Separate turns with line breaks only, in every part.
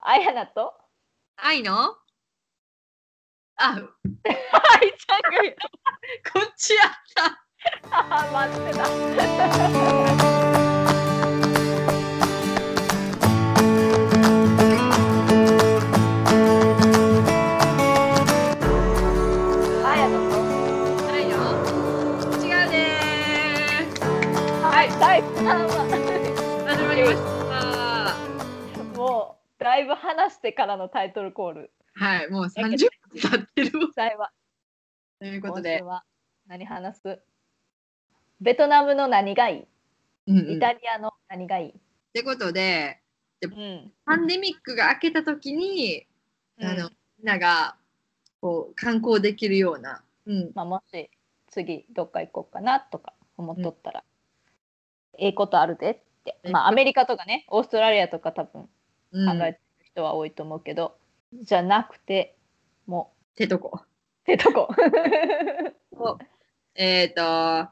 あやなと
愛のあ、
愛ちゃんが言う
こっちやった。
あー待ってたあやなと
愛の違うでー
はい第3話
す。始まりました。
もうだいぶ話してからのタイトルコール
はい、もう30分経って るわ。
最話
ということ
今
で
週、は何話すベトナムの何がいい、
うんうん
イ
っ
タリアの何がいい、
てことで、
うん
パンデミックが明けた時に、あ
うん
のみんながこう観光できるような、うん、
まあ、もし次どっか行こうかなとか思っとったら、ええことあるでって、まあ、アメリカとかねオーストラリアとか多分考
うん
えてる人は多いと思うけど、じゃなくても
てと
う
こ。
ってとこ、
えっ、と、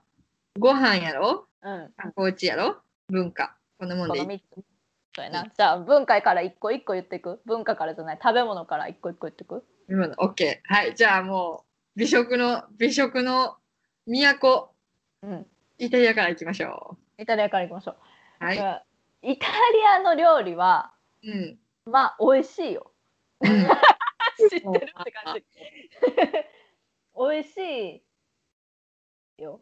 ご飯やろ
うん、
観光地やろ文化。このも
こ
ん
の
でいい
3つそうやなじゃあ文化から一個一個言っていく文化からじゃない食べ物から一個一個言っていく
今の OK。はい、じゃあもう、美食の、美食の都、
うん
イタリアから行きましょ
イタリアからいきましょう、
う。はい
じ。ゃあイタリアの料理は
うん。
まあ美味しいよ
うん
知ってるって感じ美味しいよ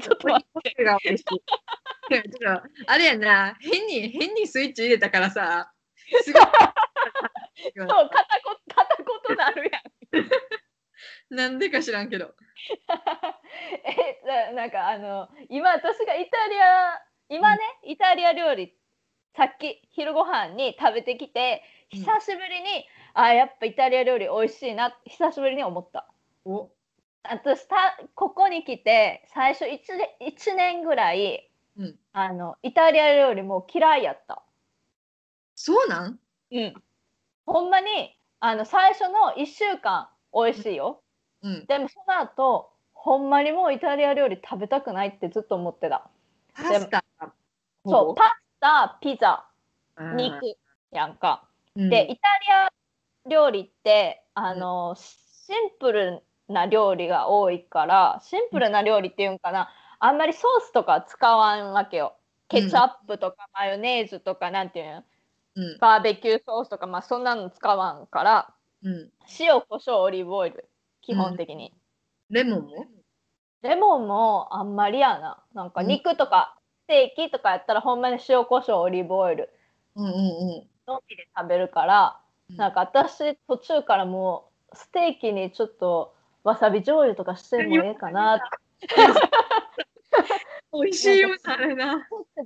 ちょっと待って
それが美味しい。ちょっとあれやな、変に、変にスイッチ入れたからさ、すごい。
そう片こ片言なるやん
なんでか知らんけど。
えななんかあの今私がイタリア今ね、イタリア料理さっき昼ご飯に食べてきて
うん
久しぶりに、あやっぱイタリア料理美味しいな久しぶりに思った
お
私たここに来て最初 1, 一年ぐらい、
うん
あのイタリア料理もう嫌いやった、
そうなん
うん、ほんまにあの最初の1週間美味しいよ、
うん。
でもその後ほんまにもうイタリア料理食べたくないってずっと思ってた
パスタ。
そうパスタピザ
パ
肉やんか、
うん
でイタリア料理ってあの、シンプルな料理が多いからシンプルな料理っていうんかな、あんまりソースとか使わんわけよケチャップとかマヨネーズとかなんていうん
うん
バーベキューソースとかまあそんなの使わんから
うん、
塩コショウオリーブオイル基本的に、
レモンも
レモンもあんまりやななんか
うん
肉とかステーキとかやったらほんまに塩コショウオリーブオイル
うんうん
のみで食べるから、
うん
なんか私途中からもうステーキにちょっとわさび醤油とかしてもええかなって
うん。美味しいよ、あれな。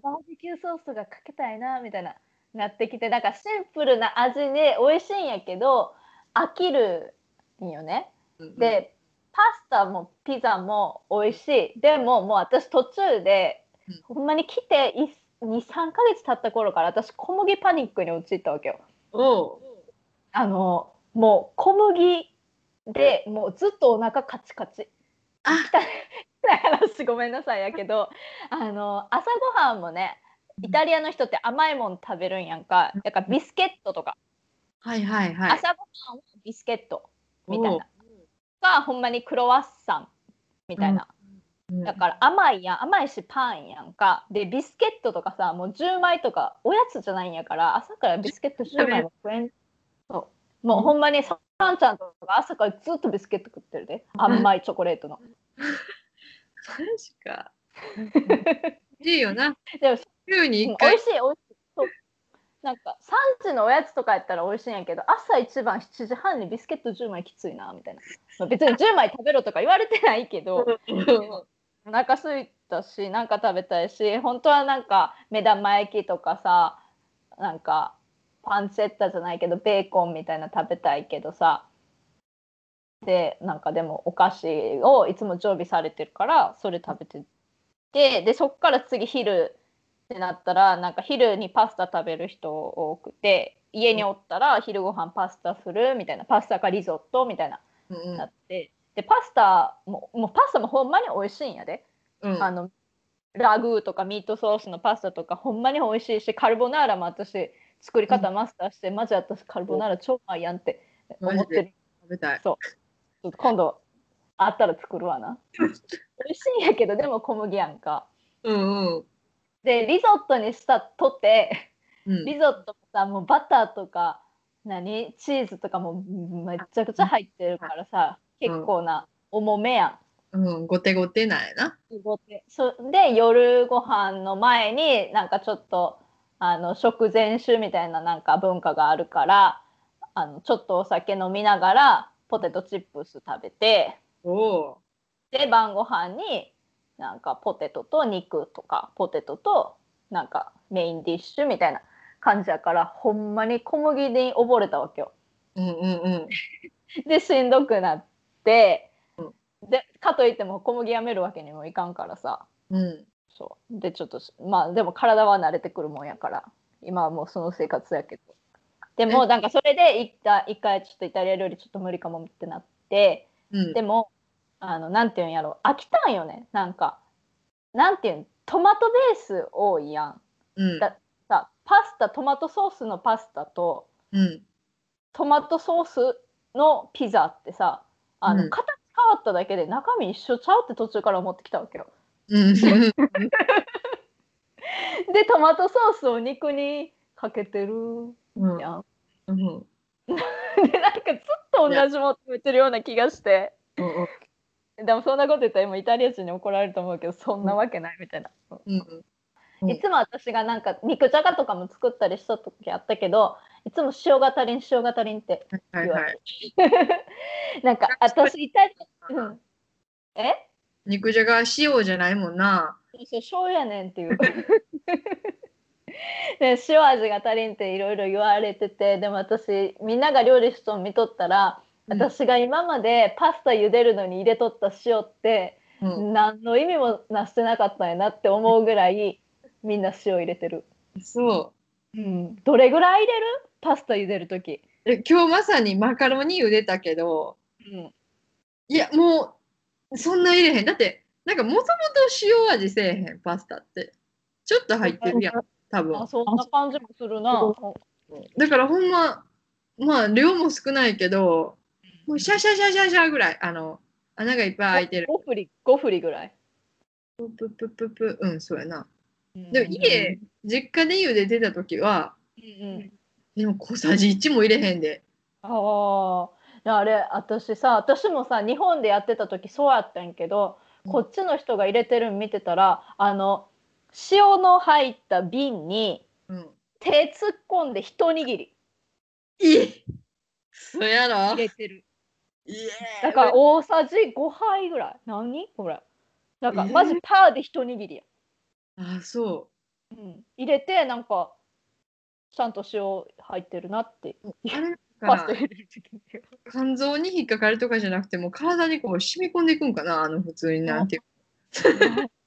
バーベキューソースとかかけたいなみたいななってきてなんかシンプルな味で美味しいんやけど飽きるんよね。でパスタもピザも美味しいでももう私途中で、ほんまに来て23ヶ月経った頃から私小麦パニックに陥ったわけよ。
おう、
あのもう小麦でもうずっとお腹カチカチ。
あ
汚い話ごめんなさいやけどあの朝ごはんもねイタリアの人って甘いもん食べるんやんかだからビスケットとか、
はいはいはい。
朝ごはんはビスケットみたい
おう
ながほんまにクロワッサンみたいな、
うん
だから甘いやん甘いしパンやんかでビスケットとかさもう10枚とかおやつじゃないんやから朝からビスケット10枚も食えんそうもうほんまにさんちゃんとか朝からずっとビスケット食ってるで甘いチョコレートの。
確か。いいよ な。
でも
週に
うん美
一回
味。しい美味しいそうなんか3時のおやつとかやったら美味しいんやけど朝一番7時半にビスケット10枚きついなみたいな、まあ別に10枚食べろとか言われてないけどお腹空いたしなんか食べたいし本当はなんか目玉焼きとかさなんかパンチェッタじゃないけどベーコンみたいな食べたいけどさでなんかでもお菓子をいつも常備されてるからそれ食べててでそっから次昼ってなったらなんか昼にパスタ食べる人多くて家におったら昼ご飯パスタするみたいなパスタかリゾットみたいな
うん
なってでパスタももうパスタもほんまに美味しいんやで、
うんうん
あのラグーとかミートソースのパスタとかほんまに美味しいしカルボナーラも私作り方マスターして、マジ私カルボナーラ超うまいやんって思って
マジ
る
食べたい。
そうちょっと今度あったら作るわ な美味しいんやけどでも小麦やんか
うんうん。
でリゾットにしたとて
うん、
リゾットもさもうバターとか何チーズとかもめちゃくちゃ入ってるからさ
うん
結構な重めやん。
うん、ごてごてなんやな。
そで夜ご飯の前になんかちょっとあの食前酒みたいななんか文化があるからあのちょっとお酒飲みながらポテトチップス食べて
おお
で晩ご飯になんかポテトと肉とかポテトとなんかメインディッシュみたいな感じやからほんまに小麦に溺れたわけよ。
ー。うんうんうん。
でしんどくなって、でかといっても小麦やめるわけにもいかんからさ
うん。
そうでちょっとしまあでも体は慣れてくるもんやから今はもうその生活やけどでもなんかそれで一旦一回ちょっとイタリア料理ちょっと無理かもってなって
うん、
でもあのなんていうんやろ飽きたんよねなんかなんていうんトマトベース多いやん
うん
ださパスタトマトソースのパスタと
うん。
トマトソースのピザってさあの、
うん
形変わっただけで中身一緒ちゃうって途中から思ってきたわけよ。
うん。
でトマトソースを肉にかけてる
うん。
やん。
うん。うん。
でなん かずっと同じもの食べてるような気がして。
うん。
でもそんなこと言ったら今イタリア人に怒られると思うけどそんなわけないみたいな。
うん。うん
いつも私がなんか肉じゃがとかも作ったりした時あったけどいつも塩が足りん塩が足りんって
はいはい。
なんか私イタリア、う
うん
ん、え
肉じゃが塩じゃないもんな。
そうそう醤油やねんっていう。 で塩味が足りんっていろいろ言われててでも私みんなが料理しとん見とったら、私が今までパスタ茹でるのに入れとった塩って、
うん。
何の意味もなしてなかったんやなって思うぐらいみんな塩入れてる、
そ
うん、どれぐらい入れるパスタ茹でる時、
う。え今日まさにマカロニ茹でたけど、
うん、
いやもうそんな入れへん。だってなんかもともと塩味せえへんパスタって。ちょっと入ってるやん。多分
あ。そんな感じもするな
だからほんままあ量も少ないけど、もうシャシャシャシャシャぐらいあの穴がいっぱい開いてる。
5振り5振りぐらい、
プププププうんそうやな。でも家、実家で茹でてた時は
うんうん
でも小さじ1も入れへんで。
あああれ私さ私もさ日本でやってた時そうやったんやけど
うん
こっちの人が入れてるん見てたらあの塩の入った瓶に
うん。
手突っ込んで一握り
いいそやろ
入れてる
いえ
だから大さじ5杯ぐらい何これなんか
えー
まずパーで一握りや、
あそ
うん、入れてなんかちゃんと塩入ってるなって
うあれだ
パ
か
スタ
ら
入れる時に
肝臓に引っかかるとかじゃなくてもう体にこう染み込んでいくんかなあの普通になんていう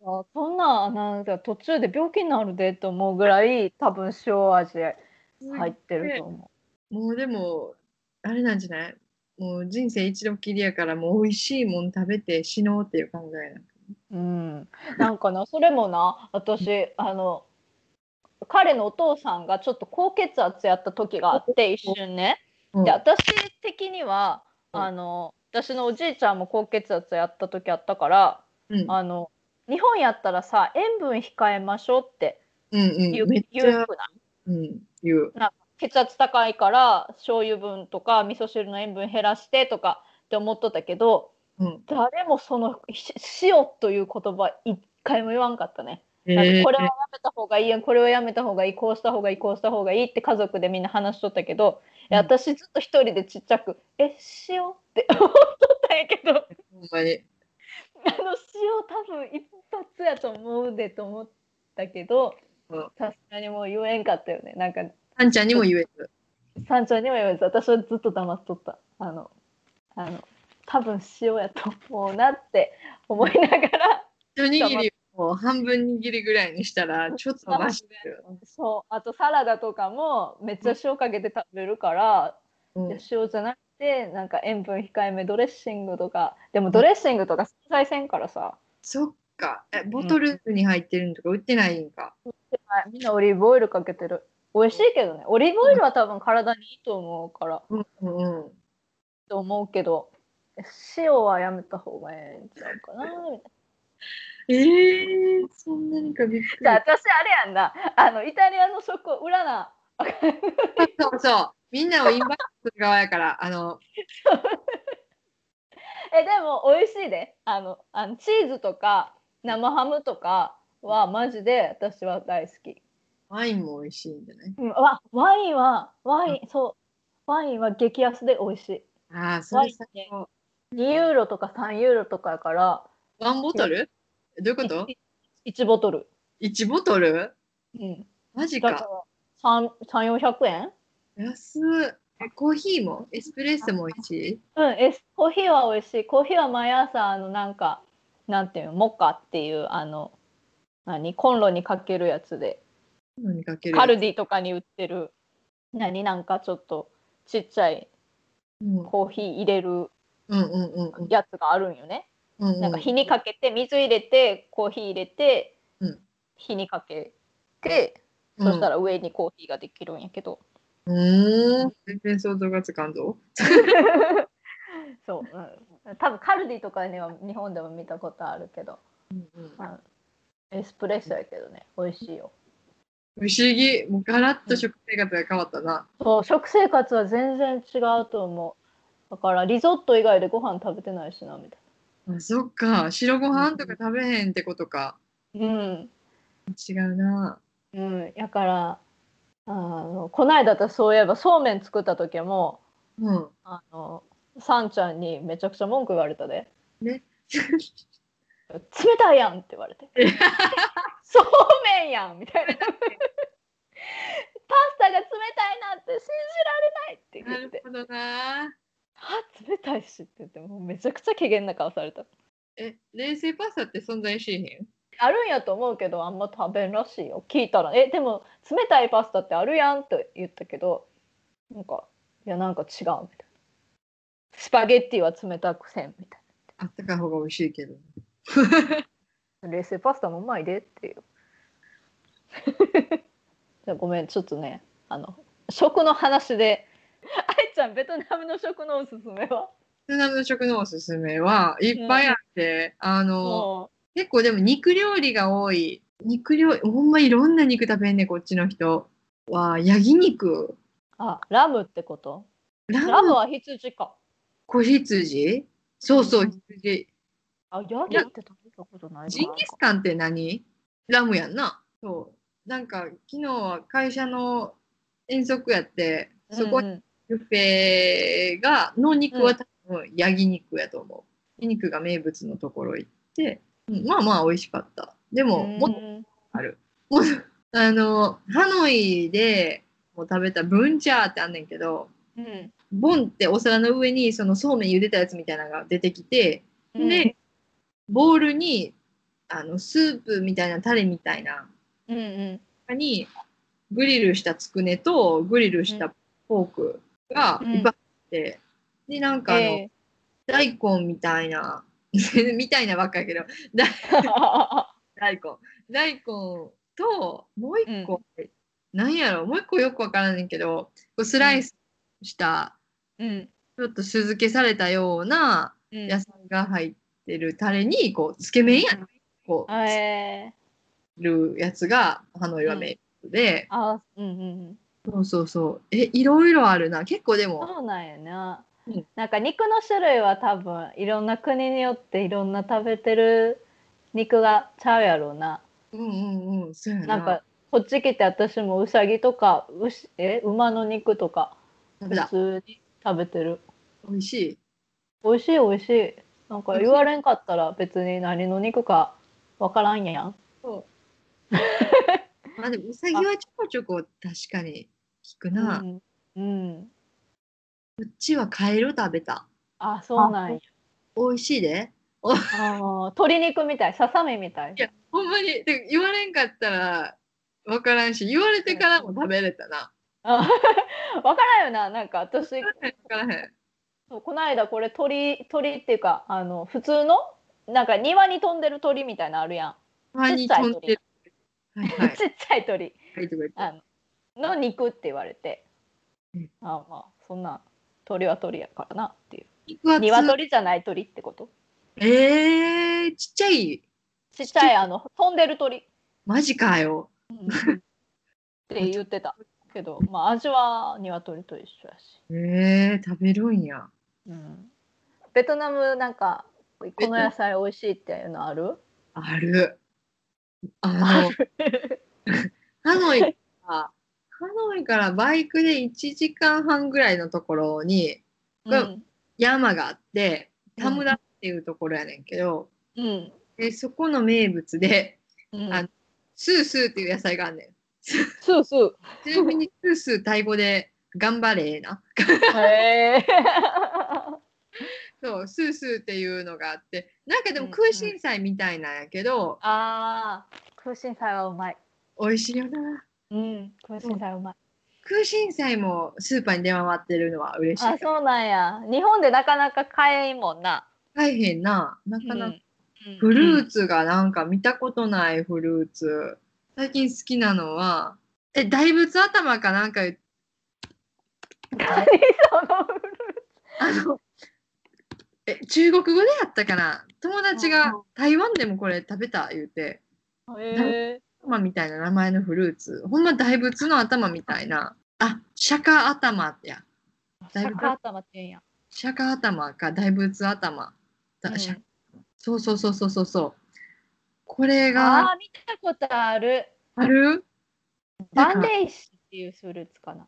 あそんななんか途中で病気になるでと思うぐらい多分塩味
か
入ってると思
もうでもあれなんじゃないもう人生一度きりやからもう美味しいもん食べて死のうっていう考えな
う。うん、なんかなそれもな私あの彼のお父さんがちょっと高血圧やった時があって一瞬ね。
うん
で私的には
うん
あの私のおじいちゃんも高血圧やった時あったから
うん
あの日本やったらさ塩分控えましょうって
うん
言
う
うん
めっち
言う
ゃ
くない
うん言う
血圧高いから醤油分とか味噌汁の塩分減らしてとかって思っとったけど
うん
誰もそのし塩という言葉一回も言わんかったね。なん
え
か
ー
これはやめた方がいいやんこれはやめた方がいいこうした方がいいこうした方がいいって家族でみんな話しとったけど、いや
うん
私ずっと一人でちっちゃく「え塩?」って思っとったんやけどあの
ほんまに
塩多分一発やと思うでと思ったけど
うん
さすがにもう言えんかったよねなんか
あんちゃんにも言える
山頂にも言われず私はずっと黙っとったあのあの多分塩やと思うなって思いながら
一握りを半分握りぐらいにしたらちょっとマシだよ、
そうあとサラダとかもめっちゃ塩かけて食べるから、
うん
いや塩じゃなくてなんか塩分控えめドレッシングとかでもドレッシングとか存在せんからさ、
そっかえボトルに入ってるのとか売ってないんか、
みんなオリーブオイルかけてる美味しいけどねオリーブオイルは多分体にいいと思うから、
うんうん
と思うけど塩はやめた方がええんちゃうかなみたいな
えー、そんなにかびっくり
じゃあ私あれやんなあのイタリアの食を裏な
そうそうみんなをインバウンドする側やからあの
えでも美味しいであのあのチーズとか生ハムとかはマジで私は大好き、
ワインも美味しいんじゃない
うん、わワインはワイン、そうワインは激安で美味しい
ああそれ最
ワイ
高
2ユーロとか3ユーロとかやから
ワンボトルどういうこと
1ボトル、
?1 ボトル
うん、
マジ
だか
から
3400円
安っえコーヒーもエスプレッソも美味しい
うんえコーヒーは美味しいコーヒーは毎朝あのなんかなんていうのモカっていうあの何コンロにかけるやつで
何かける
カルディとかに売ってる何なんかちょっとちっちゃい
うんうん
コーヒー入れる
うんうんうん
やつがあるんよね、
うん
なんか火にかけて水入れてコーヒー入れて、
うん
火にかけて、
うん
そしたら上にコーヒーができるんやけど、
うーん全然想像がつかんぞ
そう、うん、多分カルディとかには日本でも見たことあるけど
うんうん
エスプレッソやけどね美味しいよ
不思議もうガラッと食生活が変わったな、
そう食生活は全然違うと思うだからリゾット以外でご飯食べてないしなみた
あそっか白ご飯とか食べへんってことか
いなうん
違うな
うんやからあのこないだとそういえばそうめん作った時も
うん
あのさんちゃんにめちゃくちゃ文句言われたで
ね
「冷たいやん」って言われ て「そうめんやん」みたいな「パスタが冷たいなんて信じられない」って言
なる
って
ほどな
「は冷たいし」って言ってもうめちゃくちゃ機嫌な顔された
え冷製パスタって存在しへん
あるんやと思うけどあんま食べんらしいよ聞いたら「えでも冷たいパスタってあるやん」と言ったけどなんか「いやなんか違う」みたいな「スパゲッティは冷たくせん」みたい
あったかい方が美味しいけど
な「冷製パスタもうまいで」っていう じゃあごめんちょっとねあの食の話で愛ちゃんベトナムの食のおすすめは
ベトナムの食のおすすめはいっぱいあって、あの
も
結構でも肉料理が多い肉料理ほんまいろんな肉食べんねこっちの人はヤギ肉
うあラムってこと
ラ
ラム
ム
は羊か
子羊そうそううん羊
あヤギって食べたことないな
ジンギスカンって何ラムやんなそうなんか昨日は会社の遠足やってそこ
うんうん
ビュッフェがの肉は多分ヤギ肉やと思う。ヤギ肉が名物のところ行って、うんまあまあ美味しかった。でも、もっと
うん
ある。もっとあのハノイでもう食べたブンチャーってあんねんけど、
うん
ボンってお皿の上にそのそうめん茹でたやつみたいなのが出てきて、
うん
でボウルにあのスープみたいなタレみたいな
うんうん
中にグリルしたつくねとグリルしたポークがいっぱいあって、でなんかあの、
え
大根みたいな みたいなばっかやけど 大根大根ともう一個、なんやろもう一個よくわからんねんけどこうスライスした、
えうん
ちょっと酢漬けされたような
うん
野菜が入ってるタレにこうつけ麺やん、こうつ
えー
けるやつがハノイは名物で。
あうんうんうん
そうそうそう。え、いろいろあるな。結構でも。
そうなんやな、
うん
なんか肉の種類は多分いろんな国によっていろんな食べてる肉がちゃうやろうな
うんうんうん。そうやな。
なんかこっち来て私もうさぎとか牛え馬の肉とか
食べ
普
た。
通に食べてる
美味しい。
美味しい美味しいなんか言われんかったら別に何の肉かわからんやん
まあでも、うさぎはちょこちょこ確かに聞くな。こ
うん、うん、
っちはカエル食べた。
あそうなんや
美味しいで。
あー鶏肉みたいささみみたい
いやほんまに。てか言われんかったら分からんし、言われてからも食べれたな。
あ わからんよななんか私
分からへん。
そうこの間これ鳥鳥っていうかあの普通のなんか庭に飛んでる鳥みたいなのあるやん、
たまに飛んでる。はいは
ちっちゃい鳥
い。
あのの肉って言われて、
うん
ああまあそんな鳥は鳥やからなっていう
肉厚
鶏じゃない鳥ってこと
えー、ちっちゃい。
ちっちゃいあの飛んでる鳥、
マジかよ。
って言ってたけどまあ味は鶏と一緒やし、
えー、食べるんや。
うん、ベトナムなんかこの野菜美味しいっていうのある
ある。あ
あ
の、
る
ハノイから、ハノイからバイクで1時間半ぐらいのところに
うん
山があって、
うん
タムダっていうところやねんけど、
うん
でそこの名物で、
うん
あスースーっていう野菜があんねん。
そう そう
ちなみにスースータイ語で頑張れーな。
へえ
そう、スースーっていうのがあって、なんかでも
うんうん
空心菜みたいなんやけど、
あー空心菜はうまい
美味しいよな。
うん空心菜うまい
空心菜もスーパーに出回ってるのは嬉しい
あ。そうなんや日本でなかなか買えんもんな
大変な。なかなか
うん
フルーツがなんか見たことないフルーツ。最近好きなのは、え、大仏頭かなんか言っ
何そのフルーツ
あの、え、中国語でやったかな友達
うんう
が台湾でもこれ食べた言うて、
へ
頭みたいな名前のフルーツ。ほんま大仏の頭みたいな。あ、釈迦頭ってや。
え
だいぶ
逆頭って言うんや、
釈迦頭か大仏頭。だ
うん
釈そうそうそうそうそうそう。これが
あー見たことある
ある
バンデイシっていうフルーツかな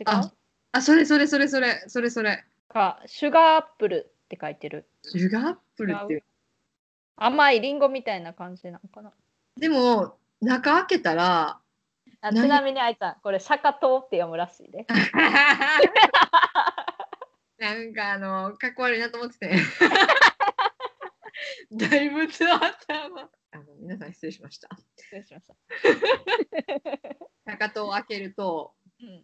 違う
ああ、それそれそれそれそれそれ。
かシュガーアップルって書いてる
シュガーアップルっていう。
甘いリンゴみたいな感じなのかな
でも、中開けたら、
あち
何
なみにあいちゃんこれシャカトウって読むらしい で
なんかあの、かっこ悪いなと思ってて。大仏の頭。あの、皆さん失礼しました。
失礼しました、
かかとを開けると、
うん、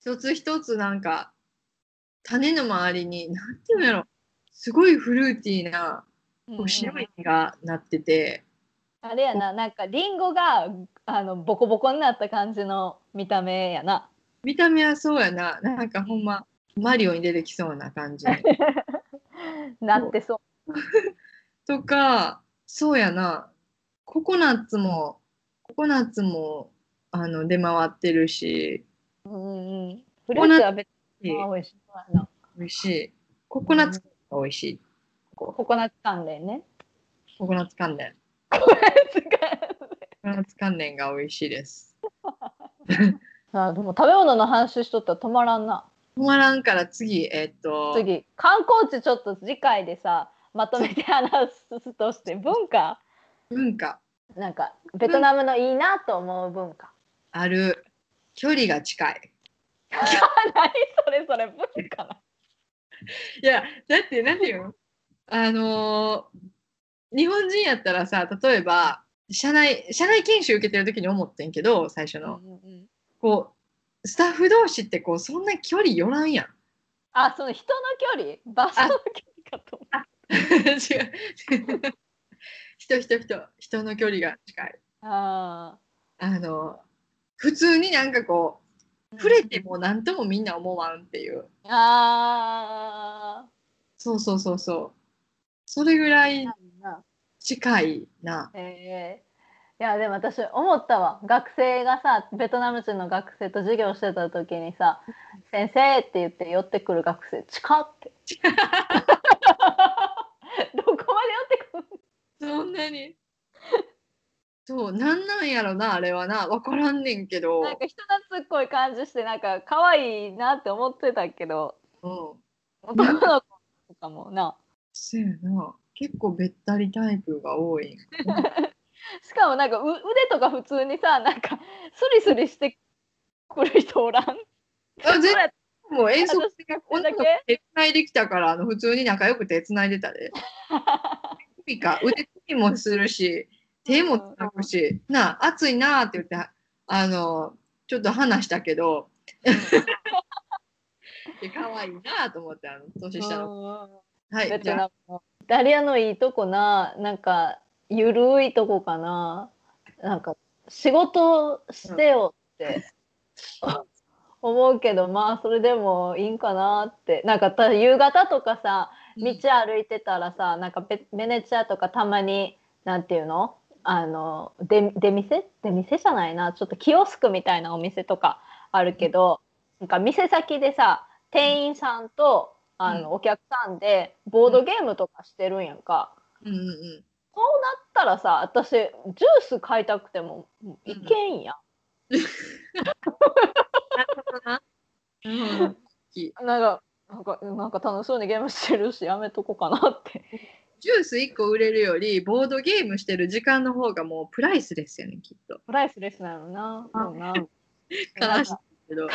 一つ一つなんか、種の周りに、なんていうんやろ、すごいフルーティーな、こう白い実がなってて、
あれやななんかリンゴがあのボコボコになった感じの見た目やな
見た目はそうやな、なんかほんま、マリオに出てきそうな感じ。
なってそう
とか、そうやな、ココナッツも、ココナッツも、あの、出回ってるし、
うんうんフルーツは別に
美
美味しいそうやな
味しい。ココナッツが美味しい。
ココナッツ関連ね
ココナッツ関連。ココナッツ関連が美味しいです。
あでも食べ物の話しとったら止まらんな
止まらんから次、えっと、
次観光地ちょっと次回でさまとめて話すとして文化
文化
なんかベトナムのいいなと思う文化、
ある。距離が近い。
何それそれ文化ない
や、だって、なんていうのあのー日本人やったらさ、例えば、社内、社内研修受けてる時に思ってんけど、最初の。こう、スタッフ同士ってこう、そんな距離寄らんやん。
あその人の距離場所の距離かと思う
違う。人、人、人、人の距離が近い。
あ
あの、普通になんかこ
ー
う、触れても何ともみんな思わんっていう。
あ
そうそうそうそう。それぐらい
ーな
近いな。
えーいやでも私思ったわ学生がさベトナム人の学生と授業してた時にさ「先生」って言って寄ってくる学生「近っ」 って。どこまで寄ってくる
そんなに。そう、なんなんやろな、あれはな。わからんねんけど。
なんか人懐っこい感じしてなんか可愛いなって思ってたけど
うん。
男の子とかもな
そうやな。結構べったりタイプが多い。
しかもなんかう腕とか普通にさなんかスリスリしてくる人おらん
あ全然
それ
もう遠足
私
が
これだけ
手繋いできたからあの普通に仲良く手繋いで たで。首か腕組みもするし手もつなぐし、なあ暑いなあって言ってあのちょっと話したけどで可愛いなあと思ってあの年下の。はい
ベ
じ
ト
ゃ
ナ
あ
ムのイタリアのいいとこななんかゆるいとこかななんか仕事してよって思うけどまあそれでもいいんかなってなんかた夕方とかさ道歩いてたらさなんかベベネチアとかたまになんていうのあの出出店出店じゃないなちょっとキオスクみたいなお店とかあるけど、なんか店先でさ店員さんとあの、
うん
お客さんでボードゲームとかしてるんやんか、
うんうんうん
そうなったらさ私ジュース買いたくてもいけんやん、
なるほどな。うん
なんかなんかなんか楽しそうにゲームしてるしやめとこうかなって
ジュース1個売れるよりボードゲームしてる時間の方がもうプライスですよねきっと。
プライスレスなのな。
あ
そうな。
悲しいけど。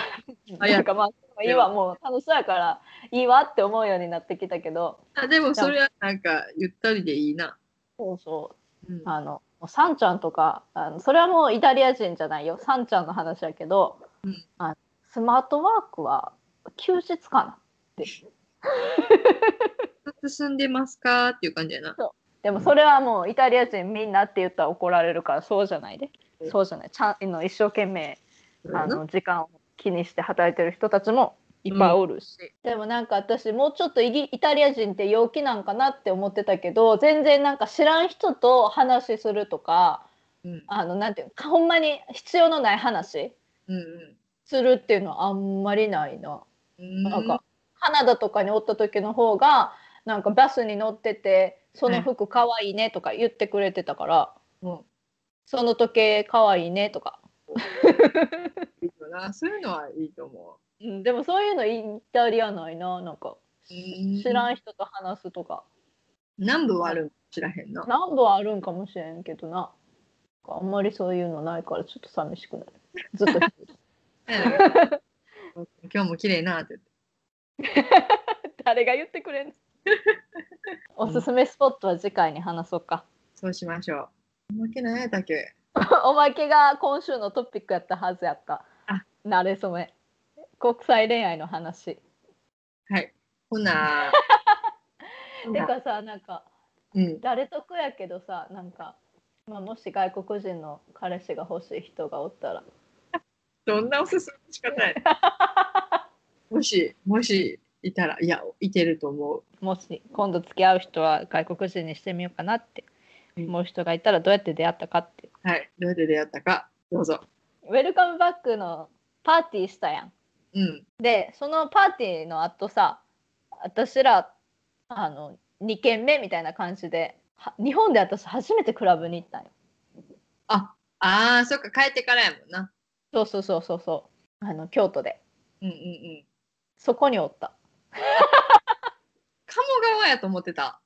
あいや
なんかまあ、でもいいわ、もう楽しそうやから、いいわって思うようになってきたけど、
あでもそれはなんかゆったりでいいな。
そうそうう、
ん、
あの、サンちゃんとか、あのそれはもうイタリア人じゃないよ、サンちゃんの話やけど、
うん
あのスマートワークは休日かな。
進んでますかっていう感じやな。
でもそれはもうイタリア人みんなって言ったら怒られるから、そうじゃないで
う。ん
そうじゃない。ちゃんの一生懸命あ
うん
の時間を気にして働いてる人たちもいっぱいおるし、でもなんか私もうちょっとイギイタリア人って陽気なんかなって思ってたけど全然なんか知らん人と話するとか
うん
あのなんていうかほんまに必要のない話
うん
するっていうのはあんまりないな。
うん。
なんかカナダとかにおった時の方がなんかバスに乗ってて「その服かわいいね」とか言ってくれてたから
も
「その時計かわいいね」とか
ういいよな。そういうのはいいと思
うん、でもそういうのイタリアないななんか
う。うん
知らん人と話すとか
南部はあるん知らへんな。
何度はあるんかもしれんけどなあんまりそういうのないからちょっと寂しくなるずっと
今日も綺麗なって言って。
誰が言ってくれんのおすすめスポットは次回に話そうか
そうしましょう。負けないやったっけ。
おまけが今週のトピックやったはずやった
あ
なれそめ国際恋愛の話
はい。ほ な。
てかさなんか
うん。
誰得やけどさなんか、まあ、もし外国人の彼氏が欲しい人がおったら
どんなおすすめの仕方や。 もし、もし、いたら、いや、いてると思う。
もし今度付き合う人は外国人にしてみようかなって思う人がいたらどうやって出会ったかっていう
はい。どうやって出会ったか。どうぞ。
ウェルカムバックのパーティーしたやん
うん。
でそのパーティーの後さ私らあの2軒目みたいな感じでは日本で私初めてクラブに行ったんよ
あ、ああ、そっか、帰ってからやもんな。
そうそうそうそうそうあの京都で
うんうんうん。
そこにおった
鴨川やと思ってた。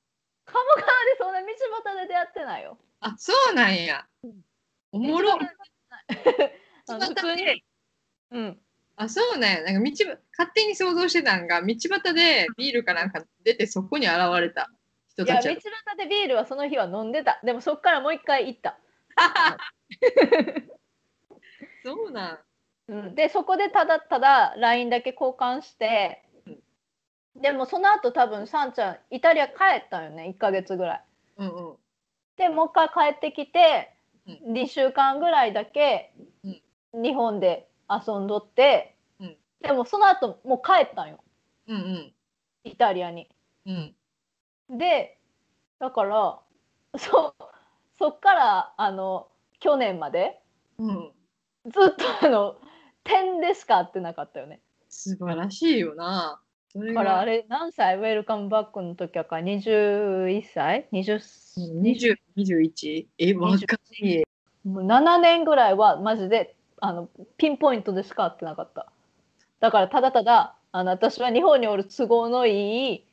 鴨川でそんな道端で出会ってないよ
あ、そうなんや。おもろ。
あの普通に うん
あ、そうなんや。なんか道ば、勝手に想像してたんが、道端でビールかなんか出て、そこに現れた人
いや
た
道
ちや
端。でビールはその日は飲んでたでもそっからもう一回行った、
そうなん。
うん、でそこでただただ LINE だけ交換して
うん
でもその後多分さんちゃんイタリア帰ったよね1ヶ月ぐらい
うんうん。
でもう一回帰ってきて
う
2週間ぐらいだけ
うん
日本で遊んどって、
うん
でもその後もう帰ったんよ
うんうん。
イタリアに
うん。
でだからそそっからあの去年まで
うん。
ずっとあの点でしか会ってなかったよね。
素晴らしいよな。それ
だ
が
からあれ何歳ウェルカムバックの時やから21歳20
うん20、21? え、若い。
もう7年ぐらいはマジであのピンポイントでしか会ってなかった。だからただただあの私は日本におる都合のいい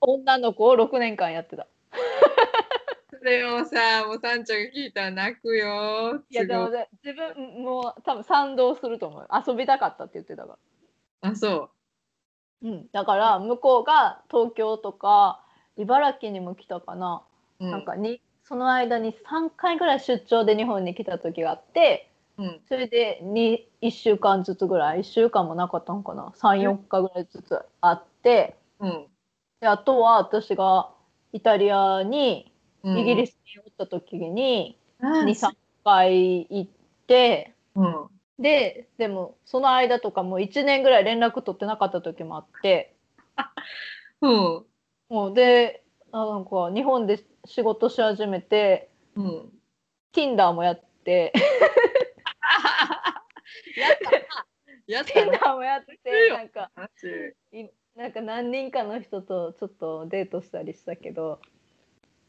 女の子を6年間やってた。
それをさ、もうサンちゃんが聞いたら泣くよ。
いやでも
すごい
ね自分もう多分賛同すると思う遊びたかったって言ってたから。
あ、そ
うん、だから向こうが東京とか茨城にも来たかな,、
う。う
なんかにその間に3回ぐらい出張で日本に来た時があって
うん。
それでに1週間ずつぐらい1週間もなかったのかな34日ぐらいずつあって
うん。
であとは私がイタリアに
うん、
イギリ
ス
スにおった時に
23
23回行って
うん
ででもその間とかもう1年ぐらい連絡取ってなかった時もあって
うん。
もうであなんか日本で仕事し始めて
うん。
Tinder もやって
やったな。やったな。
Tinder もや ってなんか
マジ
いなんか何人かの人とちょっとデートしたりしたけど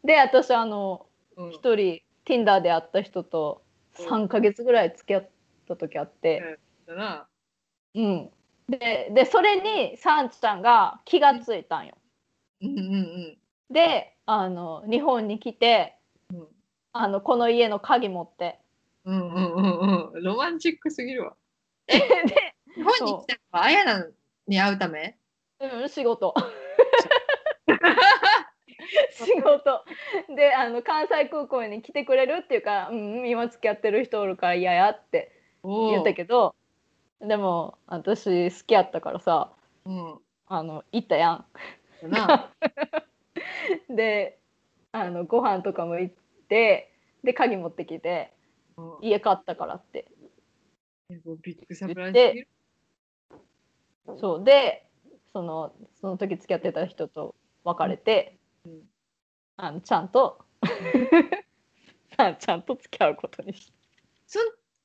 で私あの
うん
一人 Tinder で会った人と3ヶ月ぐらい付き合った時あって、
だな。
うん、ででそれにサンちゃんが気がついたんよ。
うんうんうん。
であの日本に来て、
うん
あのこの家の鍵持って
うんうんうんうん。ロマンチックすぎる わ。日本
そう
に来たのはあやなに会うため
うん、仕事。仕事であの関西空港に来てくれるっていうから「うんうん今付き合ってる人おるから嫌や」って
お
言ったけどでも私好きやったからさ
ど。
あの行ったや
うん。だな。
ん。であのご飯とかも行ってで鍵持ってきて
うん
「家買ったから」って
えもうビッグサプライズすぎる。
そうでそのその時付き合ってた人と別れて、
うん
あのちゃんとさあ ちゃんと付き合うことにした
そ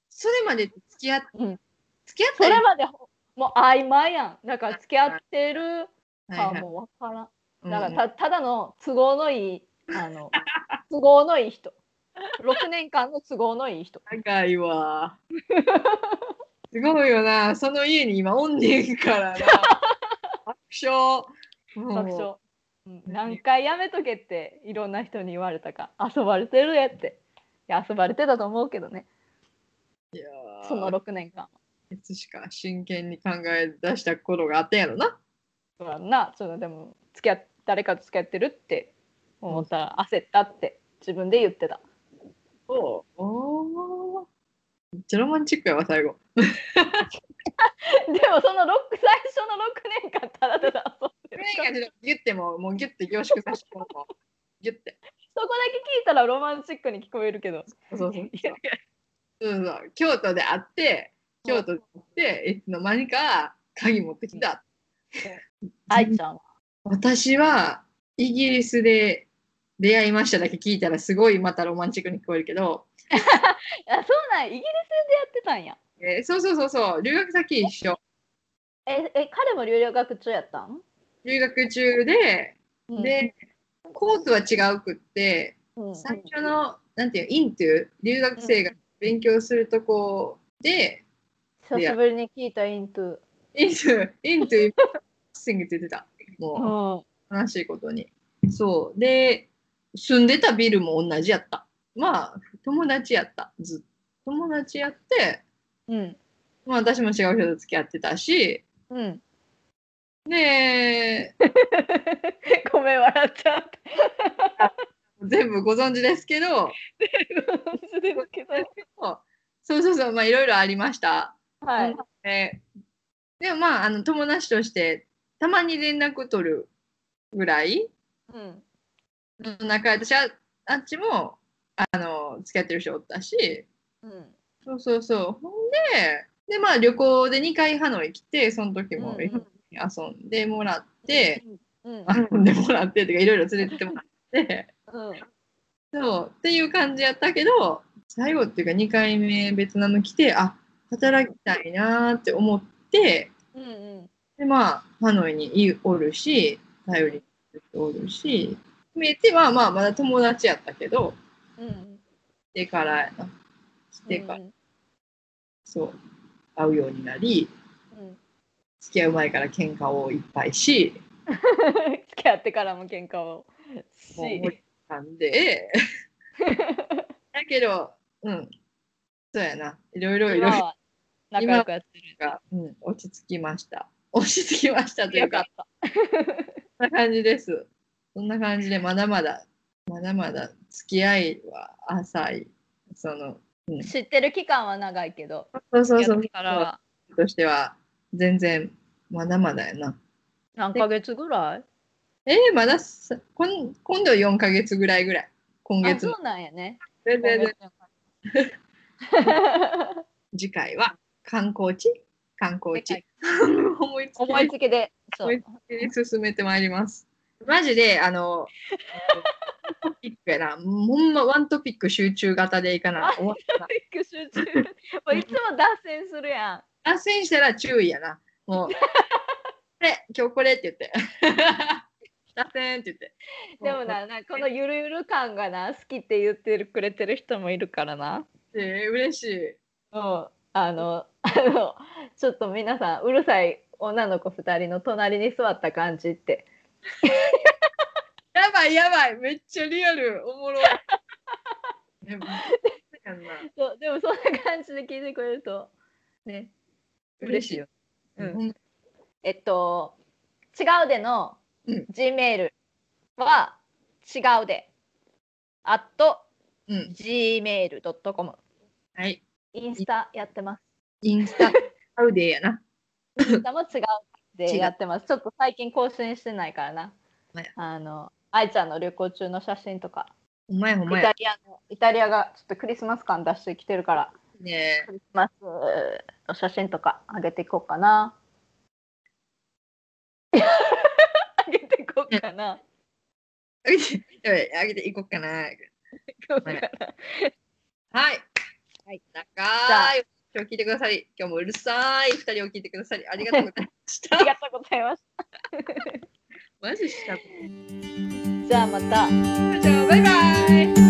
それまで付き合っ、
うん
付き合っ
そ
た
れ
り
までほもう曖昧やんだから付き合ってるかは
はいはい
もう分からん、
うん
だからたただの都合のいいあの都合のいい人6年間の都合のいい人
高い わ。すごいよな。その家に今おんねんからな。爆笑。もう
爆笑、うん、何回やめとけっていろんな人に言われたか遊ばれてるやっていや遊ばれてたと思うけどね
いやー
その6年間
いつしか真剣に考え出した頃があったんやろな。
そうやんなそのでも付き合っ誰かと付き合ってるって思ったら焦ったって自分で言ってた
そう。おーめっちゃロマンチックやわ、最後。
でもそのロック最初の6年間ただただ遊んで
そ
る
れ以外でギュッても、もうギュッて凝縮させてもらおう。ギュッて。
そこだけ聞いたらロマンチックに聞こえるけど
そうそうそう。そうそう京都で会って京都で会っていつの間にか鍵持ってきた、
愛ちゃんは
私はイギリスで出会いましただけ聞いたらすごいまたロマンチックに聞こえるけど、
あそうなんやイギリスでやってたんや
えーそうそうそうそう留学先一緒
ええ彼も留学中やったん、
留学中で、
うん、
でコースは違うくって
うん、
最初のなんていうイントゥ留学生が勉強するとこで、
久しぶりに聞いたイントゥ
イントゥイントゥシングって言ってた
うん
もう。悲しいことに。そう。で、住んでたビルも同じやった。まあ、友達やった。ずっと友達やって、
うん
まあ私も違う人と付き合ってたし、
うん
で、
ごめん笑っち ゃった
全部ご存知ですけど、
ですけど
そうそうそう、まあいろいろありました。
はい、
ででもまあ、あの友達として、たまに連絡取るぐらい
うん、
の仲私はあっちも、あの、付き合ってる人おったし、
うん、
そうそうそう。ほんで、で、まあ旅行で2回ハノイ来て、その時も
うんうん
遊んでもらって、、
うん、
遊んでもらってとか、いろいろ連れてってもらって、
うん、
そう、っていう感じやったけど、最後っていうか2回目ベトナム来て、あ、働きたいなーって思って、
うん、
で、まあ、ハノイにいおるし、頼りにおるし、見えて、まあまあ、まだ友達やったけど、
うん、
来てからやな、来てから、
うん、
そう、会うようになり、
うん、
付き合う前から喧嘩をいっぱいし、
付き合ってからも喧嘩をし、
もう思いな んで、だけど、うん、そうやな、いろいろいろ
今は仲良くやってる。
が、うん、落ち着きました。落ち着きましたとい
よ
う
かっ
か、
た。
そんな感じです。そんな感じで、まだまだ、まだまだ付き合いは浅い、その、うん、
知ってる期間は長いけど、
そうそうそ
やっ
う
て、からは
としては、全然、まだまだやな。
何ヶ月ぐらい
えー、まださこん、今度4ヶ月ぐらいぐらい。今
あ、
月
そ
の。
うなんやね。
全然
今月の
次回は観光地観光地 思いつ
思い
き
つきでそ
思
う
いで進めてまいりますマジであのトピックやなほんまワントピック集中型でいかな終わったな
集中もういつも脱線するやん
脱線したら注意やな もうこれ今日これって言って 脱線って言って
でもななこのゆるゆる感がな好きって言ってくれてる人もいるからな
えー嬉しい
うんあの あのちょっと皆さんうるさい女の子2人の隣に座った感じって
やばいやばいめっちゃリアルお もろいでもやんな
そうでもそんな感じで聞いてくれるとね
嬉しいよ、
うん
ほんま
えっと「違うで」の
うん
G メールは「違うで」at
うん、
gmail.com
はい
インスタやってます
インスタアウデーやな
インスタも違う
違
で
う
やってますちょっと最近更新してないからな
はい
あの愛ちゃんの旅行中の写真とか
お前お
イ
前
タリアのイタリアがちょっとクリスマス感出してきてるから
ね
クリスマスの写真とか上げていこうかな上げていこうかな
あげてやばいあげていこうかなはい
はい
長い今日聞いてくださり今日もうるさい二人を聞いてくださりありがとう ございまし
あり
た
がとうございまし
マジした
たじゃあまた
じゃあバイバイ